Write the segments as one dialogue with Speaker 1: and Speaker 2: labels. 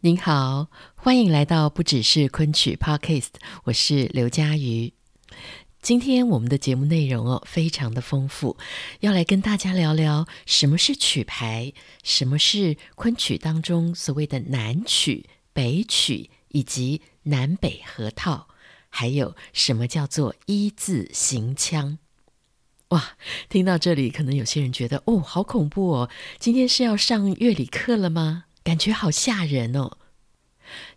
Speaker 1: 您好，欢迎来到不只是昆曲 Podcast，我是刘佳瑜。今天我们的节目内容哦，非常的丰富，要来跟大家聊聊什么是曲牌，什么是昆曲当中所谓的南曲、北曲，以及南北合套，还有什么叫做一字行腔。哇，听到这里，可能有些人觉得哦，好恐怖哦！今天是要上乐理课了吗？感觉好吓人哦。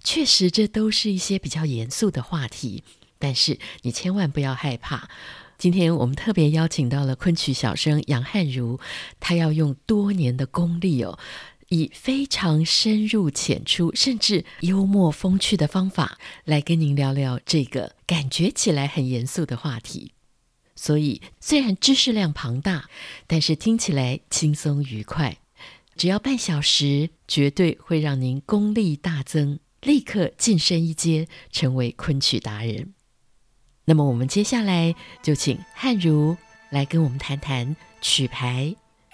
Speaker 1: 确实，这都是一些比较严肃的话题，但是你千万不要害怕。今天我们特别邀请到了昆曲小生杨汉如，他要用多年的功力哦，以非常深入浅出，甚至幽默风趣的方法，来跟您聊聊这个感觉起来很严肃的话题。所以，虽然知识量庞大，但是听起来轻松愉快。只要半小时，绝对会让您功力大增，立刻晋升一阶，成为昆曲达人。那么，我们接下来就请汉如来跟我们谈谈曲牌、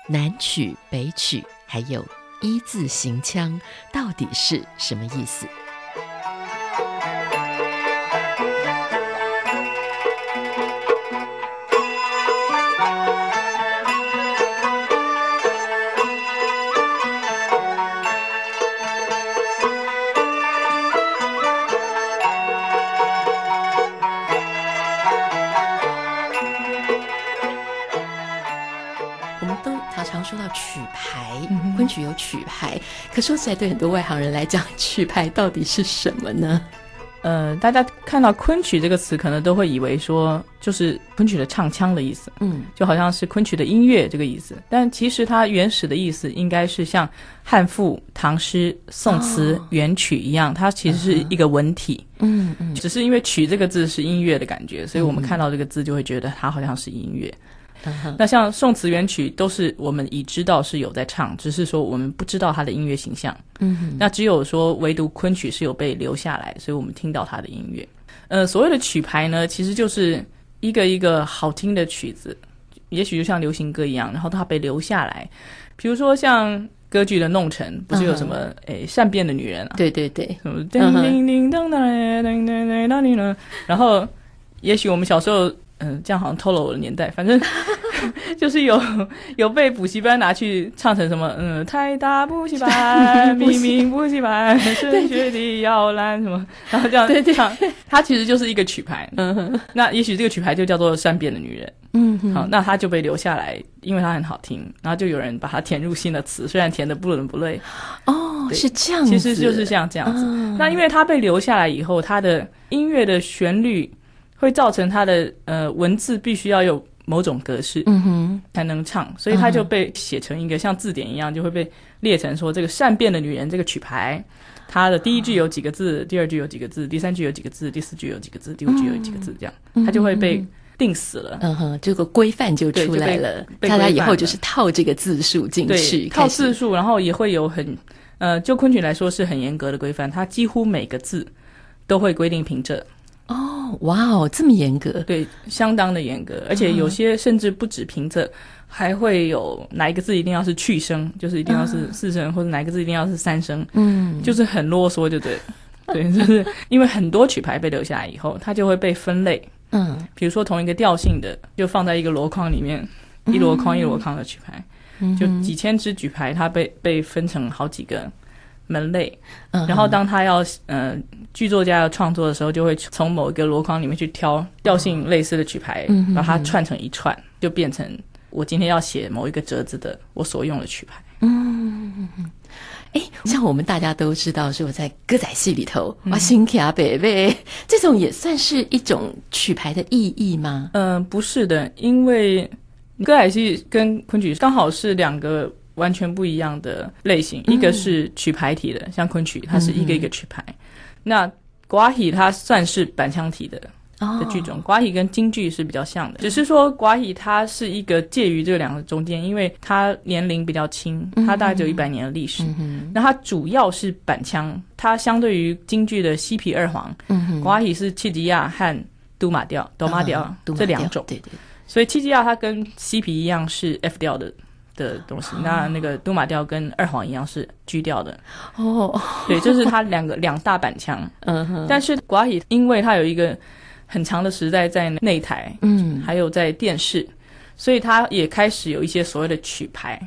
Speaker 1: 南曲、北曲，还有一字行腔到底是什么意思。说到曲牌，昆曲有曲牌，可说起来，对很多外行人来讲，曲牌到底是什么呢？
Speaker 2: 呃，大家看到昆曲这个词，可能都会以为说就是昆曲的唱腔的意思，
Speaker 1: 嗯，
Speaker 2: 就好像是昆曲的音乐这个意思。但其实它原始的意思应该是像汉赋、唐诗、宋词、元、哦、曲一样，它其实是一个文体，
Speaker 1: 嗯嗯，
Speaker 2: 只是因为“曲”这个字是音乐的感觉，所以我们看到这个字就会觉得它好像是音乐。
Speaker 1: 嗯
Speaker 2: 那像宋词元曲都是我们已知道是有在唱，只是说我们不知道它的音乐形象。
Speaker 1: 嗯，
Speaker 2: 那只有说唯独昆曲是有被留下来，所以我们听到它的音乐。呃，所谓的曲牌呢，其实就是一个一个好听的曲子，也许就像流行歌一样，然后它被留下来。比如说像歌剧的《弄臣》，不是有什么
Speaker 1: 嗯
Speaker 2: 诶、欸、善变的女人啊？
Speaker 1: 对对 对，
Speaker 2: 什么叮叮叮当当当当当叮当，然后也许我们小时候。嗯，这样好像透露我的年代。反正就是有有被补习班拿去唱成什么，嗯，太大补习班，明明补习班，升学的摇篮什么，然后这样
Speaker 1: 对对
Speaker 2: 唱，它其实就是一个曲牌。
Speaker 1: 嗯，
Speaker 2: 那也许这个曲牌就叫做《善变的女人》。
Speaker 1: 嗯，
Speaker 2: 好，那它就被留下来，因为它很好听，然后就有人把它填入新的词，虽然填的不伦不类。
Speaker 1: 哦，是这样，
Speaker 2: 其实就是像这样子。
Speaker 1: 嗯、
Speaker 2: 那因为它被留下来以后，它的音乐的旋律。会造成它的呃文字必须要有某种格式，
Speaker 1: 嗯哼，
Speaker 2: 才能唱，所以它就被写成一个像字典一样，就会被列成说这个善变的女人这个曲牌，它的第一句有几个字，第二句有几个字，第三句有几个字，第四句有几个字，第五句有几个字，这样它就会被定死了。
Speaker 1: 嗯哼，这个规范就嗯出来了，大家以后就是套这个字数进去，
Speaker 2: 套字数，然后也会有很呃，就昆曲来说是很严格的规范，它几乎每个字都会规定平仄。
Speaker 1: 哦，哇哦，这么严格？
Speaker 2: 对，相当的严格，而且
Speaker 1: 嗯
Speaker 2: 有些甚至不止平仄，嗯、还会有哪一个字一定要是去声，就是一定要是四声，嗯、或者哪一个字一定要是三声，
Speaker 1: 啊嗯，
Speaker 2: 就是很啰嗦，就对了，对，就是因为很多曲牌被留下来以后，它就会被分类，
Speaker 1: 嗯，
Speaker 2: 比如说同一个调性的，就放在一个箩筐里面，一箩筐一箩筐的曲牌，
Speaker 1: 嗯、
Speaker 2: 就几千支曲牌，它被被分成好几个。门类，
Speaker 1: 嗯
Speaker 2: 然后当他要呃剧作家要创作的时候，就会从某一个箩筐里面去挑调性类似的曲牌，
Speaker 1: 嗯、
Speaker 2: 把它串成一串，就变成我今天要写某一个折子的我所用的曲牌。
Speaker 1: 嗯，哎，像我们大家都知道，说在歌仔戏里头，哇、嗯，新卡北北这种也算是一种曲牌的意义吗？
Speaker 2: 嗯、呃，不是的，因为歌仔戏跟昆曲刚好是两个完全不一样的类型，一
Speaker 1: 嗯
Speaker 2: 个是曲牌体的，像昆曲它是一个一个曲牌，那寡戏它算是板腔体的，
Speaker 1: 哦
Speaker 2: 的剧种，寡语跟京剧是比较像的，只是说寡语它是一个介于这两个中间，因为它年龄比较轻，它大概只
Speaker 1: 嗯
Speaker 2: 有一百年的历史。那它主要是板腔，它相对于京剧的西皮二黄，
Speaker 1: 嗯
Speaker 2: 寡语是契吉亚和都马调、哆马调
Speaker 1: 嗯
Speaker 2: 这两种，
Speaker 1: 对对，
Speaker 2: 所以契吉亚它跟西皮一样是 F 调的。的东西，那那个都马调跟二黄一样是 G 调的，
Speaker 1: 哦，
Speaker 2: 对，这、是它两个两大板腔。
Speaker 1: 嗯哼，
Speaker 2: 但是寡语因为它有一个很长的时代在内台，
Speaker 1: 嗯，
Speaker 2: 还有在电视，所以它也开始有一些所谓的曲牌，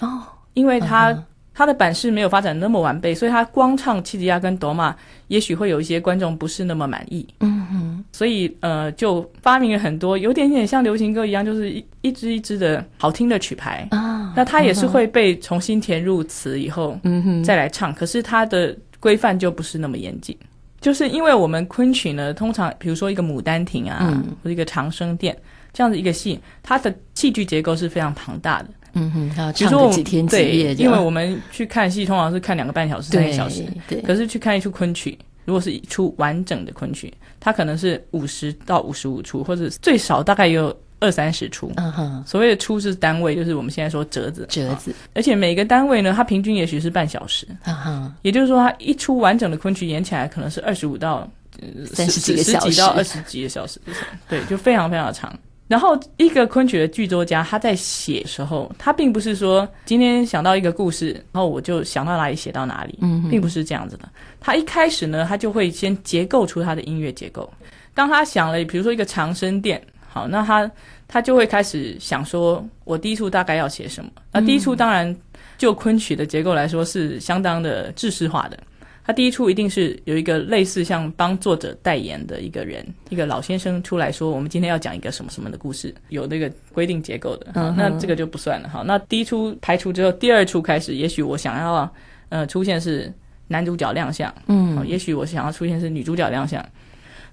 Speaker 1: 哦，
Speaker 2: 因为它、它的版式没有发展那么完备，所以它光唱七吉亚跟哆玛，也许会有一些观众不是那么满意，
Speaker 1: 嗯哼，
Speaker 2: 所以呃就发明了很多有点点像流行歌一样，就是一一支一支的好听的曲牌。
Speaker 1: 啊，
Speaker 2: 那它也是会被重新填入词以后，
Speaker 1: 嗯哼，
Speaker 2: 再来唱，可是它的规范就不是那么严谨。就是因为我们昆曲呢，通常比如说一个《牡丹亭》啊，
Speaker 1: 嗯
Speaker 2: 或者一个《长生殿》这样子一个戏，它的戏剧结构是非常庞大的。
Speaker 1: 嗯哼，还要
Speaker 2: 比如
Speaker 1: 唱
Speaker 2: 说我
Speaker 1: 个
Speaker 2: 们
Speaker 1: 几天几
Speaker 2: 对，
Speaker 1: 夜这
Speaker 2: 因
Speaker 1: 样，
Speaker 2: 为我们去看戏通常是看两个半小时、三个
Speaker 1: 对
Speaker 2: 小时，，
Speaker 1: 对，
Speaker 2: 可是去看一出昆曲，如果是一出完整的昆曲，它可能是五十到五十五出，或者最少大概也有二三十出。
Speaker 1: 嗯哼，
Speaker 2: 所谓的出是单位，就是我们现在说折子，
Speaker 1: 折
Speaker 2: 啊
Speaker 1: 子，
Speaker 2: 而且每个单位呢，它平均也许是半小时。
Speaker 1: 啊哈，
Speaker 2: 也就是说，它一出完整的昆曲演起来可能是二十五到呃
Speaker 1: 三十几个
Speaker 2: 十
Speaker 1: 小
Speaker 2: 几
Speaker 1: 时
Speaker 2: 到，二十几个小时，对，就非常非常的长。然后，一个昆曲的剧作家他在写的时候，他并不是说今天想到一个故事，然后我就想到哪里写到哪里，
Speaker 1: 嗯哼
Speaker 2: 并不是这样子的。他一开始呢，他就会先结构出他的音乐结构。当他想了，比如说一个长生殿，好，那他他就会开始想说，我第一处大概要写什么？那第一处当然就昆曲的结构来说是相当的制式化的。他第一处一定是有一个类似像帮作者代言的一个人，一个老先生出来说，我们今天要讲一个什么什么的故事，有那个规定结构的。好
Speaker 1: 嗯哼
Speaker 2: 那这个就不算了。好，那第一出排除之后，第二出开始，也许我想要呃出现是男主角亮相，好
Speaker 1: 嗯，
Speaker 2: 也许我想要出现是女主角亮相。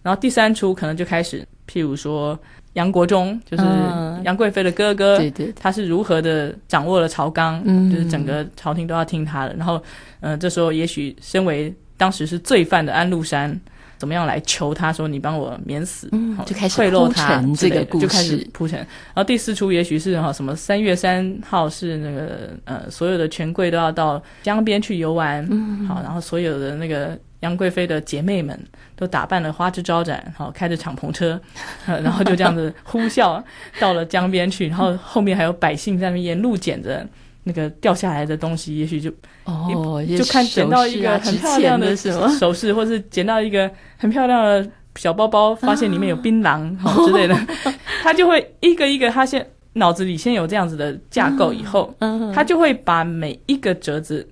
Speaker 2: 然后第三出可能就开始，譬如说杨国忠，就是
Speaker 1: 嗯
Speaker 2: 杨贵妃的哥哥，
Speaker 1: 对对，
Speaker 2: 他是如何的掌握了朝纲，
Speaker 1: 嗯
Speaker 2: 就是整个朝廷都要听他的。然后，呃，这时候也许身为当时是罪犯的安禄山，怎么样来求他说你帮我免死，
Speaker 1: 嗯
Speaker 2: 好
Speaker 1: 就开始
Speaker 2: 贿赂
Speaker 1: 铺
Speaker 2: 他
Speaker 1: 陈
Speaker 2: 之类
Speaker 1: 这个
Speaker 2: 的
Speaker 1: 故
Speaker 2: 就开始
Speaker 1: 事
Speaker 2: 铺陈。然后第四出也许是哈什么三月三号是那个呃所有的权贵都要到江边去游玩，嗯，好，然后所有的那个。杨贵妃的姐妹们都打扮的花枝招展，好开着敞篷车，呃然后就这样子呼啸到了江边去，然后后面还有百姓在那边沿路捡着那个掉下来的东西，也许就
Speaker 1: 哦，
Speaker 2: 就看捡到一个很漂亮
Speaker 1: 的
Speaker 2: 首
Speaker 1: 什
Speaker 2: 饰，
Speaker 1: 么，
Speaker 2: 或是捡到一个很漂亮的小包包，发现里面有
Speaker 1: 啊
Speaker 2: 槟榔、好之类的，他就会一个一个，他先脑子里先有这样子的架构，以后、
Speaker 1: 嗯
Speaker 2: 他就会把每一个折子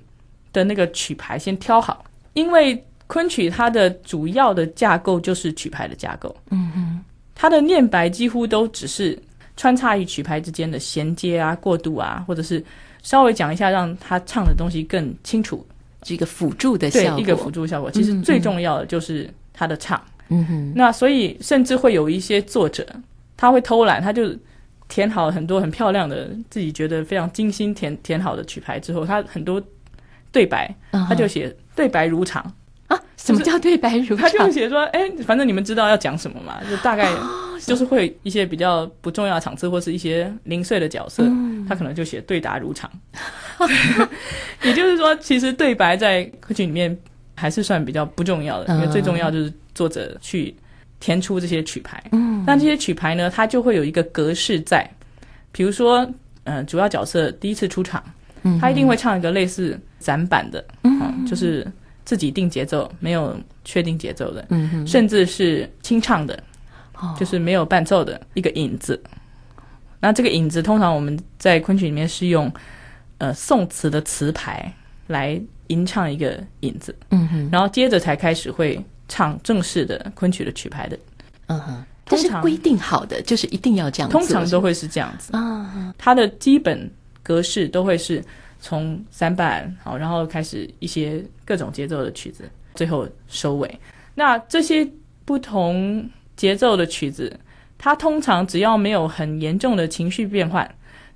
Speaker 2: 的那个曲牌先挑好，因为昆曲它的主要的架构就是曲牌的架构，
Speaker 1: 嗯哼，
Speaker 2: 它的念白几乎都只是穿插于曲牌之间的衔接啊、过渡啊，或者是稍微讲一下，让他唱的东西更清楚，
Speaker 1: 这个辅助的
Speaker 2: 对
Speaker 1: 效果，
Speaker 2: 一个辅助效果。其实
Speaker 1: 嗯
Speaker 2: 最
Speaker 1: 嗯
Speaker 2: 重要的就是他的唱。
Speaker 1: 嗯哼，
Speaker 2: 那所以甚至会有一些作者，他会偷懒，他就填好很多很漂亮的，自己觉得非常精心填填好的曲牌之后，他很多对白，
Speaker 1: 他
Speaker 2: 他就写对白如常，
Speaker 1: 嗯啊，什么叫对白如
Speaker 2: 他就
Speaker 1: 常？
Speaker 2: 写说，哎、反正你们知道要讲什么嘛，就大概哦就是会一些比较不重要的场次，或是一些零碎的角色，他可能就写对答如常。 也就是说，其实对白在歌曲里面还是算比较不重要的，因为最重要就是作者去填出这些曲牌。嗯，那这些曲牌呢，它就会有一个格式在，比如说，呃，主要角色第一次出场，
Speaker 1: 嗯
Speaker 2: 他一定会唱一个类似散板的，嗯，就是自己定节奏，没有确定节奏的，
Speaker 1: 嗯哼，
Speaker 2: 甚至是清唱的，
Speaker 1: 哦
Speaker 2: 就是没有伴奏的一个引子。那这个引子通常我们在昆曲里面是用呃宋词的词牌来吟唱一个引子，
Speaker 1: 嗯哼，
Speaker 2: 然后接着才开始会唱正式的昆曲的曲牌的，
Speaker 1: 嗯哼，它
Speaker 2: 通
Speaker 1: 是
Speaker 2: 常
Speaker 1: 规定好的，就是一定要这样做，
Speaker 2: 通常都会是这样子。
Speaker 1: 啊，
Speaker 2: 它的基本格式都会是从三板好，然后开始一些各种节奏的曲子，最后收尾。那这些不同节奏的曲子，它通常只要没有很严重的情绪变换，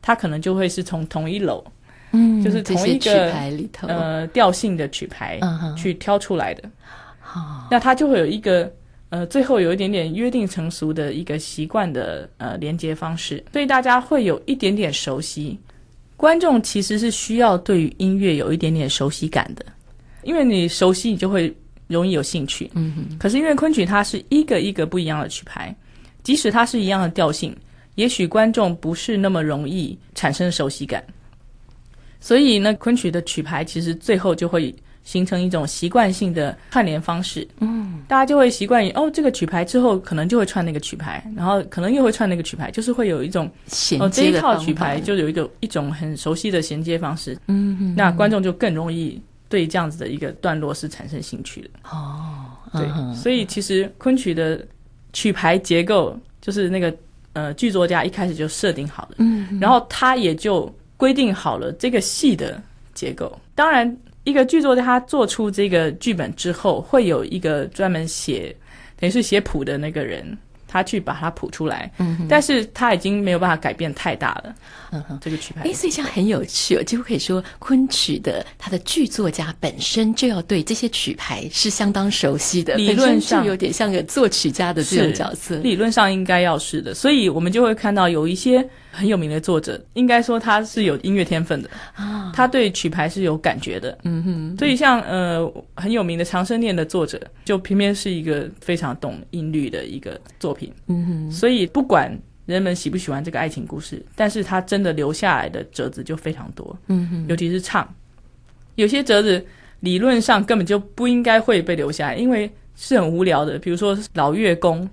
Speaker 2: 它可能就会是从同一楼
Speaker 1: 嗯，
Speaker 2: 就是
Speaker 1: 这
Speaker 2: 同
Speaker 1: 些
Speaker 2: 一
Speaker 1: 曲
Speaker 2: 个
Speaker 1: 牌里头，
Speaker 2: 呃调性的曲牌
Speaker 1: 嗯哼
Speaker 2: 去挑出来的。
Speaker 1: 好，
Speaker 2: 那它就会有一个呃，最后有一点点约定成俗的一个习惯的呃连接方式，所以大家会有一点点熟悉。观众其实是需要对于音乐有一点点熟悉感的，因为你熟悉，你就会容易有兴趣。
Speaker 1: 嗯哼，
Speaker 2: 可是因为昆曲它是一个一个不一样的曲牌，即使它是一样的调性，也许观众不是那么容易产生熟悉感。所以呢，昆曲的曲牌其实最后就会形成一种习惯性的串联方式。嗯，大家就会习惯于哦，这个曲牌之后可能就会串那个曲牌，然后可能又会串那个曲牌，就是会有一种
Speaker 1: 衔
Speaker 2: 哦这
Speaker 1: 接
Speaker 2: 一
Speaker 1: 的
Speaker 2: 套
Speaker 1: 方
Speaker 2: 曲
Speaker 1: 法
Speaker 2: 牌，就有一个一种很熟悉的衔接方式。
Speaker 1: 嗯哼，
Speaker 2: 那观众就更容易对这样子的一个段落是产生兴趣的。对，
Speaker 1: 嗯哼，
Speaker 2: 所以其实昆曲的曲牌结构就是那个呃剧作家一开始就设定好的，
Speaker 1: 嗯，
Speaker 2: 然后他也就规定好了这个戏的结构。当然，一个剧作家他做出这个剧本之后，会有一个专门写等于是写谱的那个人。他去把它谱出来，嗯、但是他已经没有办法改变太大了。
Speaker 1: 嗯哼。
Speaker 2: 这个曲牌
Speaker 1: 哎，所以这样很有趣哦，几乎可以说昆曲的它的剧作家本身就要对这些曲牌是相当熟悉的，
Speaker 2: 理
Speaker 1: 本身
Speaker 2: 论
Speaker 1: 就
Speaker 2: 上
Speaker 1: 有点像个作曲家的这种
Speaker 2: 是
Speaker 1: 角色。
Speaker 2: 理论上应该要是的，所以我们就会看到有一些很有名的作者，应该说他是有音乐天分的
Speaker 1: 啊，
Speaker 2: 他对曲牌是有感觉的。
Speaker 1: 嗯哼，
Speaker 2: 所以像呃很有名的《长生殿》的作者，就偏偏是一个非常懂音律的一个作品。
Speaker 1: 嗯哼，
Speaker 2: 所以不管人们喜不喜欢这个爱情故事，但是他真的留下来的折子就非常多，
Speaker 1: 嗯哼，
Speaker 2: 尤其是唱，有些折子理论上根本就不应该会被留下来，因为是很无聊的。比如说老乐工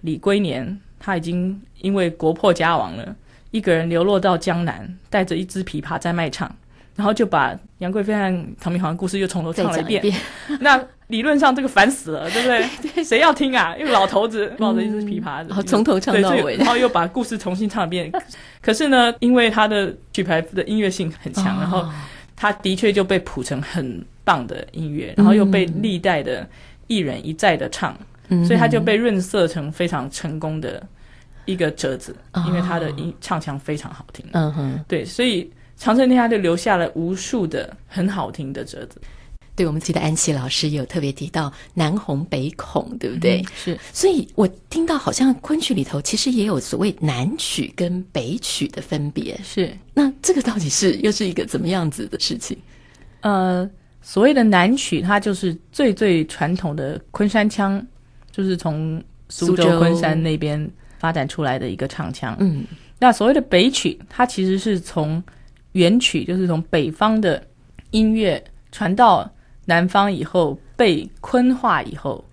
Speaker 2: 李龟年，他已经因为国破家亡了，一个人流落到江南，带着一支琵琶在卖唱。然后就把杨贵妃和唐明皇的故事又从头
Speaker 1: 再
Speaker 2: 唱了一
Speaker 1: 讲一
Speaker 2: 遍，
Speaker 1: 遍，
Speaker 2: 那理论上这个烦死了，对不对？谁要听啊？因为老头子抱着一只琵琶，
Speaker 1: 然后嗯哦从头唱
Speaker 2: 对
Speaker 1: 到
Speaker 2: 所以
Speaker 1: 尾。
Speaker 2: 然后又把故事重新唱一遍。 可是呢，因为他的曲牌的音乐性很强，
Speaker 1: 哦
Speaker 2: 然后他的确就被谱成很棒的音乐，然后又被历代的艺人一再的唱，
Speaker 1: 嗯
Speaker 2: 所以他就被润色成非常成功的一个折子，
Speaker 1: 哦
Speaker 2: 因为他的音唱腔非常好听。
Speaker 1: 嗯哼，
Speaker 2: 对，所以长城天下就留下了无数的很好听的折子，
Speaker 1: 对我们记得安琪老师有特别提到南红北孔，对不对？
Speaker 2: 是
Speaker 1: 所以我听到好像昆曲里头其实也有所谓南曲跟北曲的分别，
Speaker 2: 是。
Speaker 1: 那这个到底是又是一个怎么样子的事情？
Speaker 2: 呃，所谓的南曲，它就是最最传统的昆山腔，就是从苏
Speaker 1: 苏
Speaker 2: 州
Speaker 1: 州
Speaker 2: 昆山那边发展出来的一个唱腔。
Speaker 1: 嗯，
Speaker 2: 那所谓的北曲，它其实是从原曲，就是从北方的音乐传到南方以后，被昆化以后，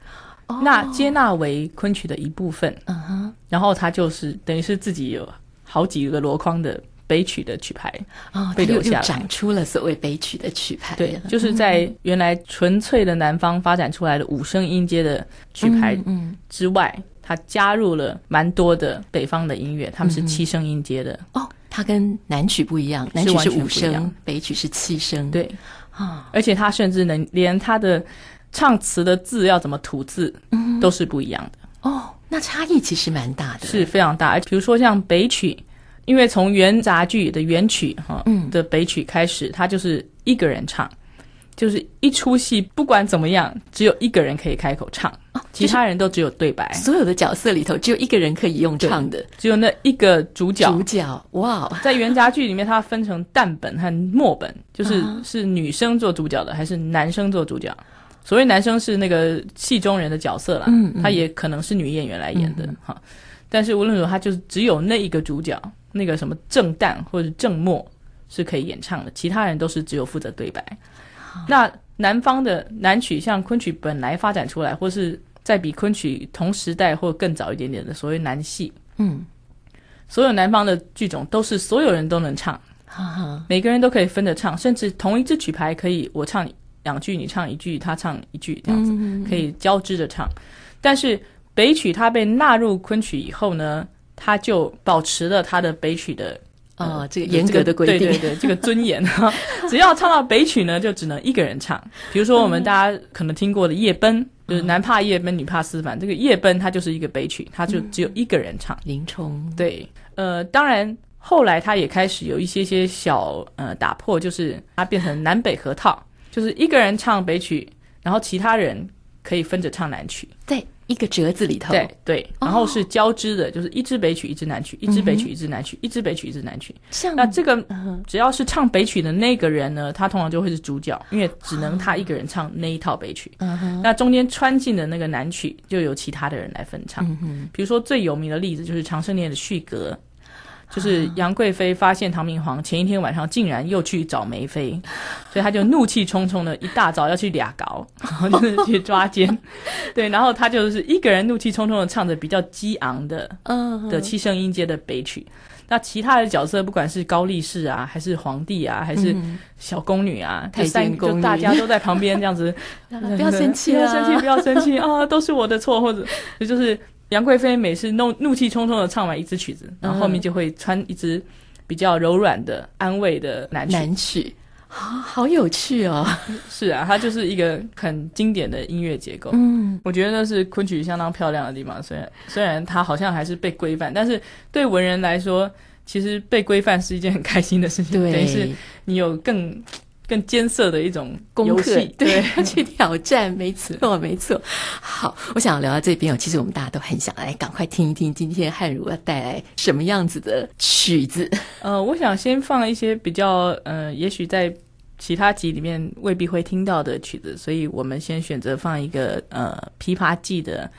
Speaker 1: 哦
Speaker 2: 那接纳为昆曲的一部分。
Speaker 1: 嗯哼，
Speaker 2: 然后它就是等于是自己有好几个箩筐的北曲的曲牌。
Speaker 1: 哦，它
Speaker 2: 被
Speaker 1: 又
Speaker 2: 留
Speaker 1: 又
Speaker 2: 下来
Speaker 1: 长出了所谓北曲的曲牌
Speaker 2: 对
Speaker 1: 了，
Speaker 2: 就是在
Speaker 1: 嗯
Speaker 2: 原来纯粹的南方发展出来的五声音阶的曲牌
Speaker 1: 嗯嗯，
Speaker 2: 之外，它加入了蛮多的北方的音乐，他们是
Speaker 1: 嗯
Speaker 2: 七声音阶的。
Speaker 1: 哦，它跟南曲不一样，南曲
Speaker 2: 完
Speaker 1: 是
Speaker 2: 全
Speaker 1: 五
Speaker 2: 不一样
Speaker 1: 声，北曲是七声，
Speaker 2: 对，
Speaker 1: 啊，
Speaker 2: 而且它甚至能连它的唱词的字要怎么吐字，
Speaker 1: 嗯
Speaker 2: 都是不一样的，
Speaker 1: 哦，那差异其实蛮大的，
Speaker 2: 是非常大。哎比如说像北曲，因为从元杂剧的元曲哈、
Speaker 1: 嗯
Speaker 2: 的北曲开始，它就是一个人唱。就是一出戏，不管怎么样，只有一个人可以开口唱，
Speaker 1: 哦，
Speaker 2: 其
Speaker 1: 其实
Speaker 2: 他人都只有对白。
Speaker 1: 所有的角色里头只有一个人可以用唱的
Speaker 2: 只有那一个主角。
Speaker 1: 主角，哇哦，
Speaker 2: 在元杂剧里面，它分成旦本和末本，就是
Speaker 1: 啊
Speaker 2: 是女生做主角的，还是男生做主角？所谓男生是那个戏中人的角色啦，
Speaker 1: 嗯嗯嗯
Speaker 2: 他也可能是女演员来演的哈、但是无论如何，他就是只有那一个主角，那个什么正旦或者正末是可以演唱的，其他人都是只有负责对白。那南方的南曲，像昆曲本来发展出来，或是在比昆曲同时代或更早一点点的所谓南戏，
Speaker 1: 嗯，
Speaker 2: 所有南方的剧种都是所有人都能唱，
Speaker 1: 哈哈，
Speaker 2: 每个人都可以分着唱，甚至同一支曲牌可以我唱两句，你唱一句，他唱一句，这样
Speaker 1: 嗯
Speaker 2: 子、可以交织着唱。但是北曲它被纳入昆曲以后呢，它就保持了它的北曲的
Speaker 1: 哦，这个
Speaker 2: 有
Speaker 1: 严格的规定
Speaker 2: 呃对，对对，这个尊严。 只要唱到北曲呢，就只能一个人唱。比如说我们大家可能听过的《夜奔》，就是男怕夜奔，女怕思凡。这个《夜奔》它就是一个北曲，它就
Speaker 1: 嗯
Speaker 2: 只有一个人唱。
Speaker 1: 林冲，
Speaker 2: 对，呃，当然后来他也开始有一些些小呃打破，就是它变成南北合套，就是一个人唱北曲，然后其他人可以分着唱南曲。
Speaker 1: 在一个折子里头，
Speaker 2: 对对，然后是交织的，就是一支北曲，一支南曲，一支北曲，一支南曲，一支北曲，一支南曲。
Speaker 1: 像
Speaker 2: 那这个
Speaker 1: 哦嗯
Speaker 2: 只要是唱北曲的那个人呢，他通常就会是主角，因为只能他一个人唱那一套北曲。
Speaker 1: 嗯哼
Speaker 2: 那中间穿进的那个南曲，就由其他的人来分唱。
Speaker 1: 嗯哼
Speaker 2: 比如说最有名的例子就是常胜烈的《续格》，就是杨贵妃发现唐明皇前一天晚上竟然又去找梅妃，所以他就怒气冲冲的一大早要去俩搞，然后就是去 抓奸。对，然后他就是一个人怒气冲冲的唱着比较激昂的
Speaker 1: 嗯哼
Speaker 2: 的七声音阶的北曲。那其他的角色，不管是高力士啊，还是皇帝啊，还是小宫女啊，
Speaker 1: 嗯太
Speaker 2: 这三
Speaker 1: 监
Speaker 2: 个
Speaker 1: 宫
Speaker 2: 就
Speaker 1: 女
Speaker 2: 大家都在旁边这样子，
Speaker 1: 不要生气
Speaker 2: 不要
Speaker 1: 啊，
Speaker 2: 生气，不要生气啊，都是我的错，或者也就是杨贵妃每次怒怒气冲冲的唱完一支曲子，然后后面就会穿一支比较柔软的安慰的男曲。
Speaker 1: 南曲啊，好有趣哦，
Speaker 2: 是啊，它就是一个很经典的音乐结构。
Speaker 1: 嗯，
Speaker 2: 我觉得那是昆曲相当漂亮的地方，虽然虽然它好像还是被规范，但是对文人来说，其实被规范是一件很开心的事 情，等于是
Speaker 1: 对，
Speaker 2: 你有更更艰涩的一种
Speaker 1: 功
Speaker 2: 游
Speaker 1: 课
Speaker 2: 戏，
Speaker 1: 对
Speaker 2: 对，
Speaker 1: 要 去挑战，没错，没错。好，我想聊到这边哦，其实我们大家都很想来赶快听一听今天汉儒要带来什么样子的曲子，
Speaker 2: 呃，我想先放一些比较，呃，也许在其他集里面未必会听到的曲子，所以我们先选择放一个呃《琵琶记》的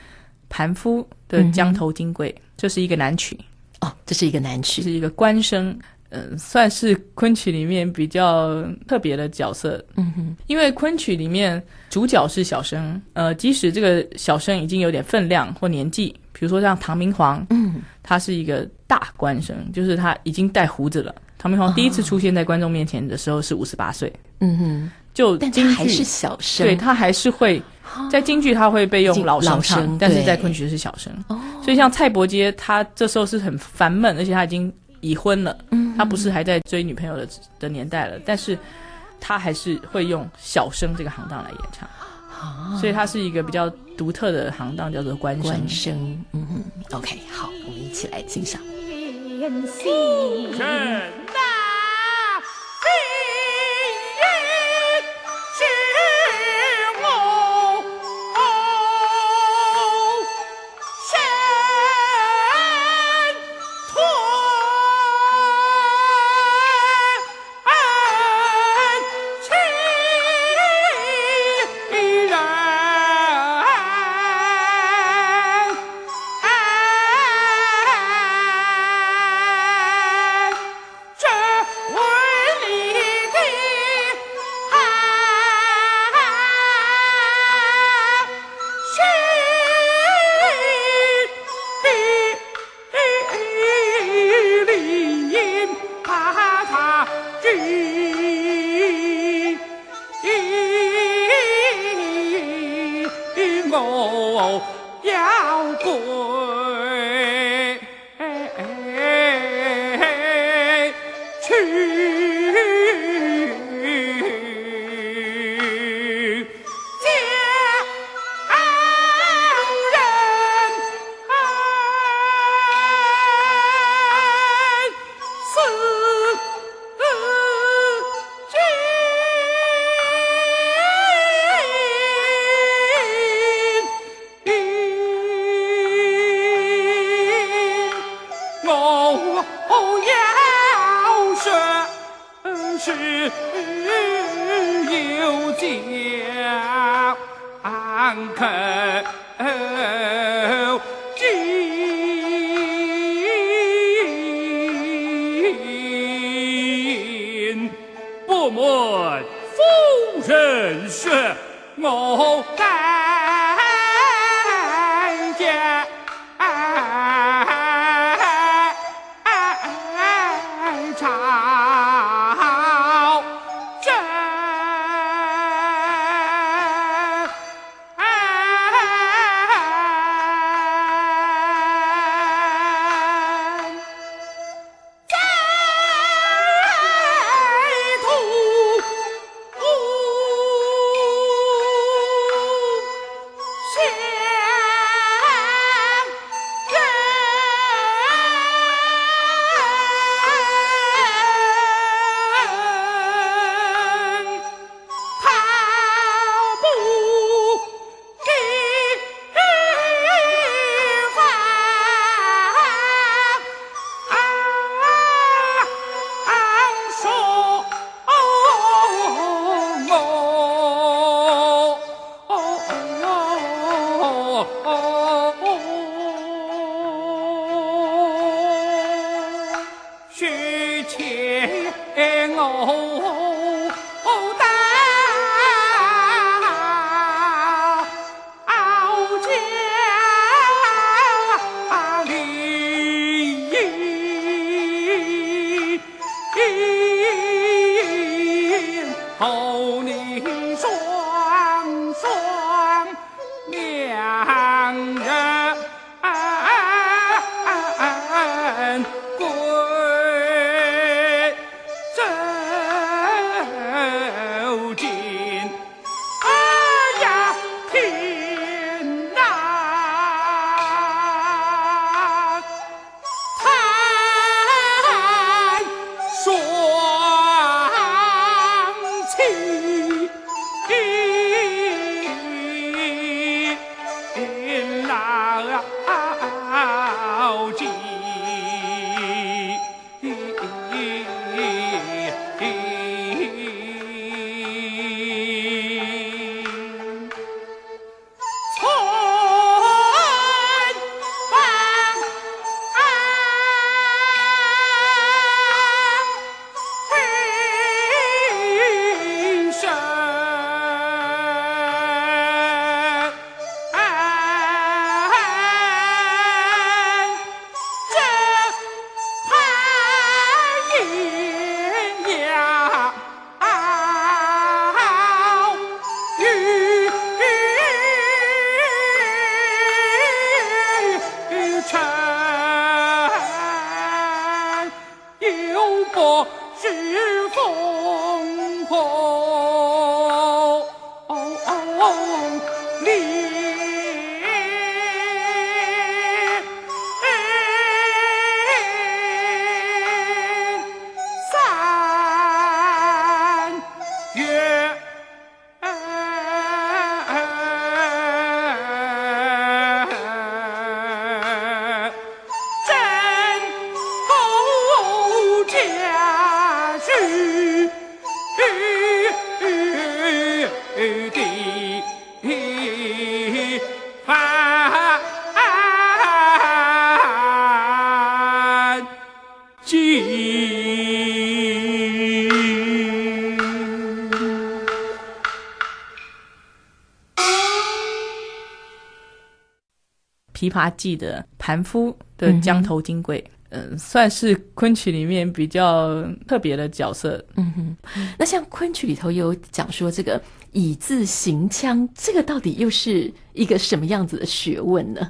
Speaker 2: 盘夫的
Speaker 1: 嗯哼
Speaker 2: 《江头金龟》这是一个南曲，
Speaker 1: 哦，这是一个南
Speaker 2: 就
Speaker 1: 曲，
Speaker 2: 是一个官声，嗯、算是昆曲里面比较特别的角色，
Speaker 1: 嗯哼，
Speaker 2: 因为昆曲里面主角是小生，呃，即使这个小生已经有点分量或年纪，比如说像唐明皇，
Speaker 1: 嗯，
Speaker 2: 他是一个大官生，就是他已经带胡子了。
Speaker 1: 哦
Speaker 2: 唐明皇第一次出现在观众面前的时候是五十八岁，
Speaker 1: 嗯哼，
Speaker 2: 就
Speaker 1: 但
Speaker 2: 京
Speaker 1: 它
Speaker 2: 剧
Speaker 1: 还是小声，
Speaker 2: 对他还是会
Speaker 1: 啊
Speaker 2: 在京剧他会被
Speaker 1: 已
Speaker 2: 用
Speaker 1: 经
Speaker 2: 老
Speaker 1: 老
Speaker 2: 生
Speaker 1: 生
Speaker 2: 唱，但是
Speaker 1: 对
Speaker 2: 在昆曲是小生。
Speaker 1: 哦，
Speaker 2: 所以像蔡伯喈，他这时候是很烦闷，而且他已经已婚了，
Speaker 1: 嗯
Speaker 2: 他不是还在追女朋友的的年代了，但是他还是会用小生这个行当来演唱，
Speaker 1: 啊，
Speaker 2: 所以他是一个比较独特的行当，叫做官声。
Speaker 1: 官声，嗯哼，OK，好，我们一起来欣赏。
Speaker 3: 天心那非人是我身退。去人。这文里的啊，是的林把他知。我要归去。家人思君。我要生是有将肯进。
Speaker 4: 不满夫人说，
Speaker 3: 我干家。朝政在。厚你双双两人归走进。哎呀，天哪！叹双栖老鸡。春风一声，这攀岩呀，欲成又不是风波。哦你三月真侯家是的番鸡。
Speaker 2: 《琵琶记》的盘夫的江头金龟，嗯、算是昆曲里面比较特别的角色。
Speaker 5: 那像昆曲里头有讲说这个以字行腔，这个到底又是一个什么样子的学问呢？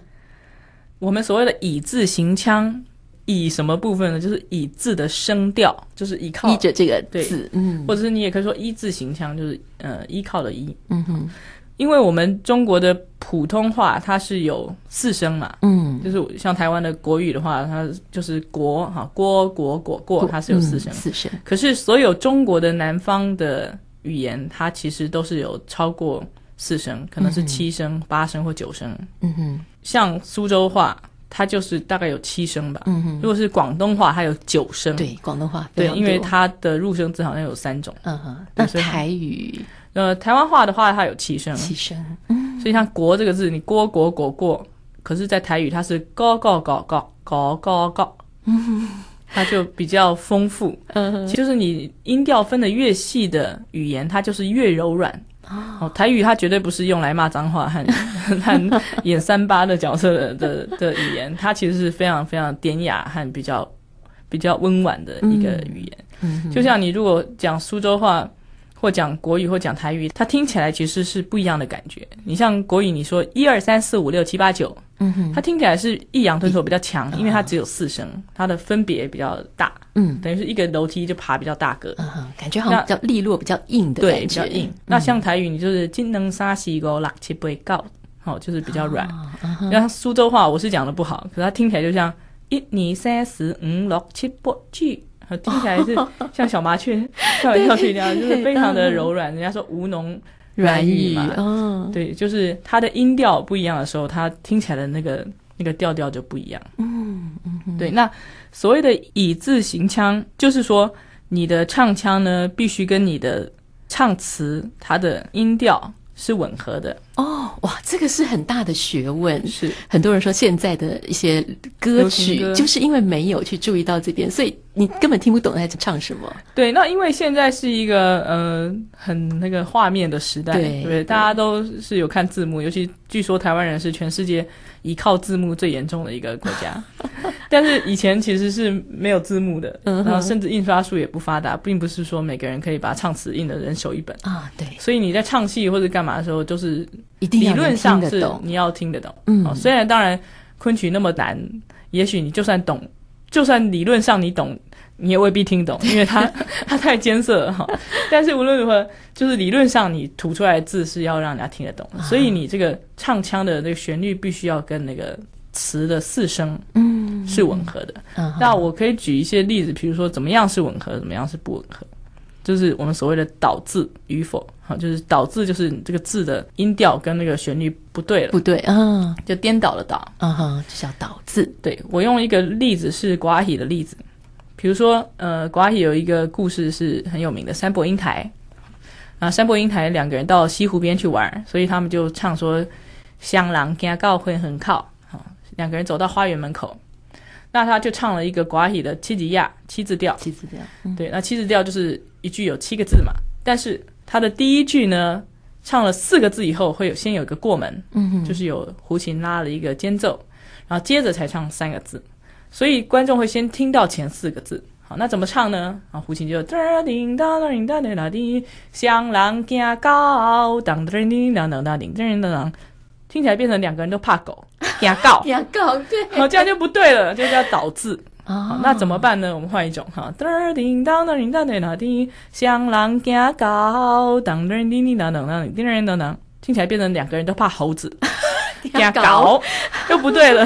Speaker 2: 我们所谓的以字行腔，以什么部分呢？就是以字的声调，就是依靠
Speaker 5: 依着这个
Speaker 2: 哦对
Speaker 5: 字，嗯
Speaker 2: 或者是你也可以说一字形腔，就是呃依靠的依，
Speaker 5: 嗯哼，
Speaker 2: 因为我们中国的普通话它是有四声嘛，
Speaker 5: 嗯，
Speaker 2: 就是像台湾的国语的话，它就是国哈郭国果过，它是有四声
Speaker 5: 嗯，四声，
Speaker 2: 可是所有中国的南方的语言，它其实都是有超过四声，可能是七声、八声或九声。
Speaker 5: 嗯哼，
Speaker 2: 像苏州话，它就是大概有七声吧。
Speaker 5: 嗯哼，
Speaker 2: 如果是广东话，它有九声。
Speaker 5: 对，广东话非
Speaker 2: 嗯对，
Speaker 5: 常
Speaker 2: 因为
Speaker 5: 多，
Speaker 2: 它的入声字好像有三种。
Speaker 5: 嗯哼，那
Speaker 2: 所以它
Speaker 5: 台语
Speaker 2: 呃，台湾话的话，它有七声，
Speaker 5: 七声，
Speaker 2: 所以像“国”这个字，你“郭”“国”“果”“过”，可是，在台语它是“高高高高高 高高”，它就比较丰富。
Speaker 5: 嗯
Speaker 2: 其实就是你音调分的越细的语言，它就是越柔软。
Speaker 5: 啊
Speaker 2: 哦，台语它绝对不是用来骂脏话 和和演三八的角色的的的语言，它其实是非常非常典雅和比较比较温婉的一个语言。
Speaker 5: 嗯
Speaker 2: 就像你如果讲苏州话，或讲国语，或讲台语，它听起来其实是不一样的感觉。你像国语，你说一二三四五六七八九，
Speaker 5: 嗯哼，
Speaker 2: 它听起来是抑扬顿挫比较强，因为它只有四声，它的分别比较大，
Speaker 5: 嗯
Speaker 2: 等于是一个楼梯就爬比较大个。
Speaker 5: 嗯哼，感觉好像比较利落，比较硬的
Speaker 2: 对，
Speaker 5: 感
Speaker 2: 比
Speaker 5: 觉，嗯
Speaker 2: 较硬。那像台语，你就是金能沙西沟拉七杯告，好，就是比较软。
Speaker 5: 啊，嗯哼
Speaker 2: 然后苏州话我是讲的不好，可是它听起来就像一二三四五六七八九，呃听起来 是像小麻雀跳来跳去那样，就是非常的柔软。人家说吴侬
Speaker 5: 软
Speaker 2: 语
Speaker 5: 语，
Speaker 2: 嘛，
Speaker 5: 嗯，
Speaker 2: 对，就是它的音调不一样的时候，它听起来的那个那个调调就不一样。嗯嗯，对。那所谓的以字行腔，就是说你的唱腔呢，必须跟你的唱词它的音调是吻合的。
Speaker 1: 哦，哇，这个是很大的学问。
Speaker 2: 是
Speaker 1: 很多人说现在的一些歌
Speaker 2: 流行
Speaker 1: 曲
Speaker 2: 歌
Speaker 1: 就是因为没有去注意到这边，所以你根本听不懂他在唱什么。
Speaker 2: 对，那因为现在是一个呃很那个画面的时代，
Speaker 1: 对对
Speaker 2: 不对？大家都是有看字幕，尤其据说台湾人是全世界依靠字幕最严重的一个国家， 但是以前其实是没有字幕的，
Speaker 1: 嗯哼
Speaker 2: 然后甚至印刷术也不发达，并不是说每个人可以把唱词印的人手一本，
Speaker 1: 啊，对，
Speaker 2: 所以你在唱戏或者干嘛的时候，就是
Speaker 1: 一定
Speaker 2: 理
Speaker 1: 要能
Speaker 2: 论
Speaker 1: 听
Speaker 2: 上
Speaker 1: 得
Speaker 2: 是
Speaker 1: 懂。
Speaker 2: 你要听得懂。
Speaker 1: 嗯
Speaker 2: 哦，虽然当然昆曲那么难，也许你就算懂，就算理论上你懂，你也未必听懂，因为它 它太艰涩了哈、但是无论如何，就是理论上你吐出来的字是要让人家听得懂的，所以你这个唱腔的那个旋律必须要跟那个词的四声
Speaker 1: 嗯，
Speaker 2: 是吻合的。
Speaker 1: 嗯哼
Speaker 2: 那我可以举一些例子，比如说怎么样是吻合，怎么样是不吻合，就是我们所谓的倒字与否，哈，就是倒字就是你这个字的音调跟那个旋律不对了，
Speaker 1: 不对，嗯
Speaker 2: 就颠倒了倒。
Speaker 1: 嗯哼，这叫倒字。
Speaker 2: 对我用一个例子是瓜喜的例子，比如说呃，瓜喜有一个故事是很有名的三伯英台，啊，三伯英台两个人到西湖边去玩，所以他们就唱说“香郎跟告会很靠”，啊，两个人走到花园门口。那他就唱了一个瓜喜的七级亚七字调，
Speaker 1: 其实这样，
Speaker 2: 对，那七字调就是一句有七个字嘛，但是它的第一句呢，唱了四个字以后，会有先有一个过门，
Speaker 1: 嗯哼，，
Speaker 2: 就是有胡琴拉了一个间奏，然后接着才唱三个字，所以观众会先听到前四个字。好，那怎么唱呢？啊，胡琴就哒叮哒哒叮哒哒哒叮，香郎驾高，当哒叮当当当叮当当当，听起来变成两个人都怕狗， 驾高
Speaker 1: 牙膏对
Speaker 2: 好，这样就不对了，就叫倒字。好
Speaker 1: 啊，
Speaker 2: 那怎么办呢？我们换一种哈，噔儿叮当噔儿叮当噔当叮，香郎驾高，当噔儿叮叮当当当叮噔当当，听起来变成两个人都怕猴子，
Speaker 1: 牙膏
Speaker 2: 搞又不对了，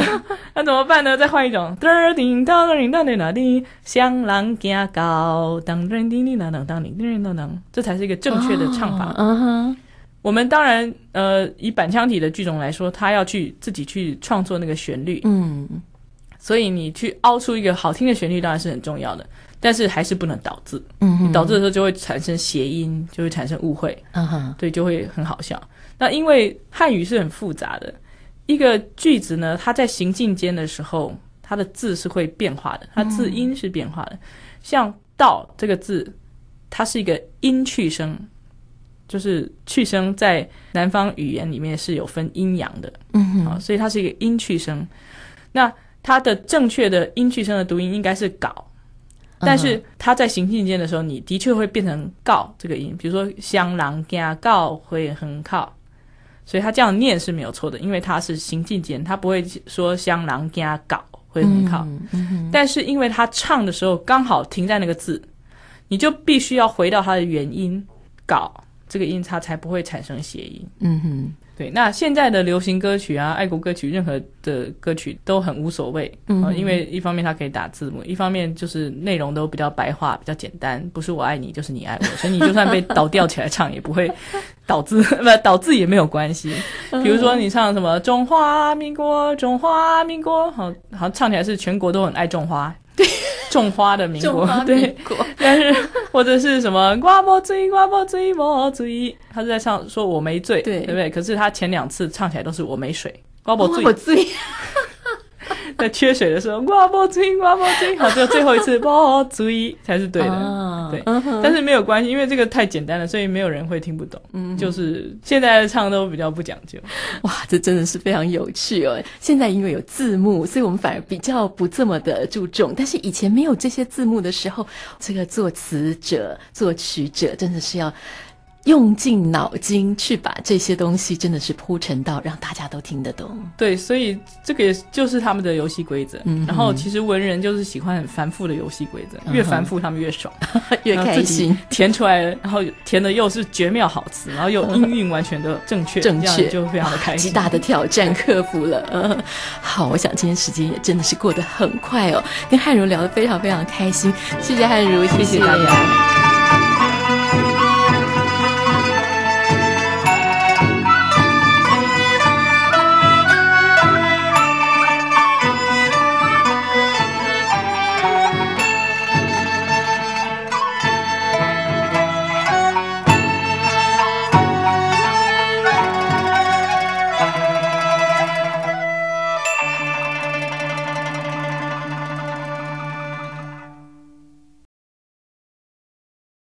Speaker 2: 那怎么办呢？再换一种，噔儿叮当噔儿叮当噔当叮，香郎驾高，当噔儿叮叮当当当叮噔当当，这才是一个正确的唱法。
Speaker 1: 嗯哼，
Speaker 2: 我们当然呃，以板腔体的剧种来说，他要去自己去创作那个旋律，
Speaker 1: 嗯，
Speaker 2: 所以你去凹出一个好听的旋律当然是很重要的，但是还是不能倒字，
Speaker 1: 嗯哼
Speaker 2: 你倒字的时候就会产生谐音，就会产生误会，
Speaker 1: 嗯哼，
Speaker 2: 对，就会很好笑。那因为汉语是很复杂的，一个句子呢，它在行进间的时候，它的字是会变化的，它字音是变化的。像“道”这个字，它是一个音去声，就是去声在南方语言里面是有分阴阳的。
Speaker 1: 嗯
Speaker 2: 啊，
Speaker 1: 哼，
Speaker 2: 所以它是一个音去声。那它的正确的音去声的读音应该是“
Speaker 1: 嗯
Speaker 2: 搞”，但是它在行进间的时候，你的确会变成“告”这个音，比如说“香郎加告会很靠”，所以它这样念是没有错的，因为它是行进间，它不会说“香郎加搞会很靠”
Speaker 1: 嗯嗯
Speaker 2: 但是因为他唱的时候刚好停在那个字，你就必须要回到它的原音“搞”这个音，它才不会产生谐音。
Speaker 1: 嗯哼，
Speaker 2: 对，那现在的流行歌曲啊、爱国歌曲，任何的歌曲都很无所谓，
Speaker 1: 嗯
Speaker 2: 呃因为一方面它可以打字幕，一方面就是内容都比较白话、比较简单，不是我爱你就是你爱我，所以你就算 被倒调起来唱也不会倒字，不倒字也没有关系。比如说你唱什么“中华民国，中华民国”，好好唱起来是全国都很爱种花，对，种花的民国，对，
Speaker 1: 国，
Speaker 2: 但是或者是什么瓜不醉瓜不醉不醉，他是在唱说我没醉，
Speaker 1: 对
Speaker 2: 对不对？可是他前两次唱起来都是 我没水，瓜不
Speaker 1: 我
Speaker 2: 醉
Speaker 1: 哦 我，醉，
Speaker 2: 在缺水的时候瓜不醉瓜不醉，好，就最后一次不醉才是 对的。
Speaker 1: 啊
Speaker 2: 对
Speaker 1: 嗯哼
Speaker 2: 但是没有关系，因为这个太简单了，所以没有人会听不懂。嗯，就是现在的唱都比较不讲究。
Speaker 1: 哇，这真的是非常有趣哦！现在因为有字幕，所以我们反而比较不这么的注重。但是以前没有这些字幕的时候，这个作词者、作曲者真的是要用尽脑筋去把这些东西真的是铺陈到让大家都听得懂。
Speaker 2: 对，所以这个也是就是他们的游戏规则。
Speaker 1: 嗯哼嗯
Speaker 2: 然后其实文人就是喜欢很繁复的游戏规则，
Speaker 1: 哼
Speaker 2: 越繁复他们越爽。
Speaker 1: 越
Speaker 2: 然后
Speaker 1: 开
Speaker 2: 自己
Speaker 1: 心，
Speaker 2: 填出来，然后填的又是绝妙好词，然后又音韵完全的正确，
Speaker 1: 嗯正
Speaker 2: 这样
Speaker 1: 确
Speaker 2: 就非常的开
Speaker 1: 极
Speaker 2: 心。
Speaker 1: 大的挑战克服了。 呃好，我想今天时间也真的是过得很快哦，跟汉如聊得非常非常开心，谢谢汉如，谢谢
Speaker 2: 大家。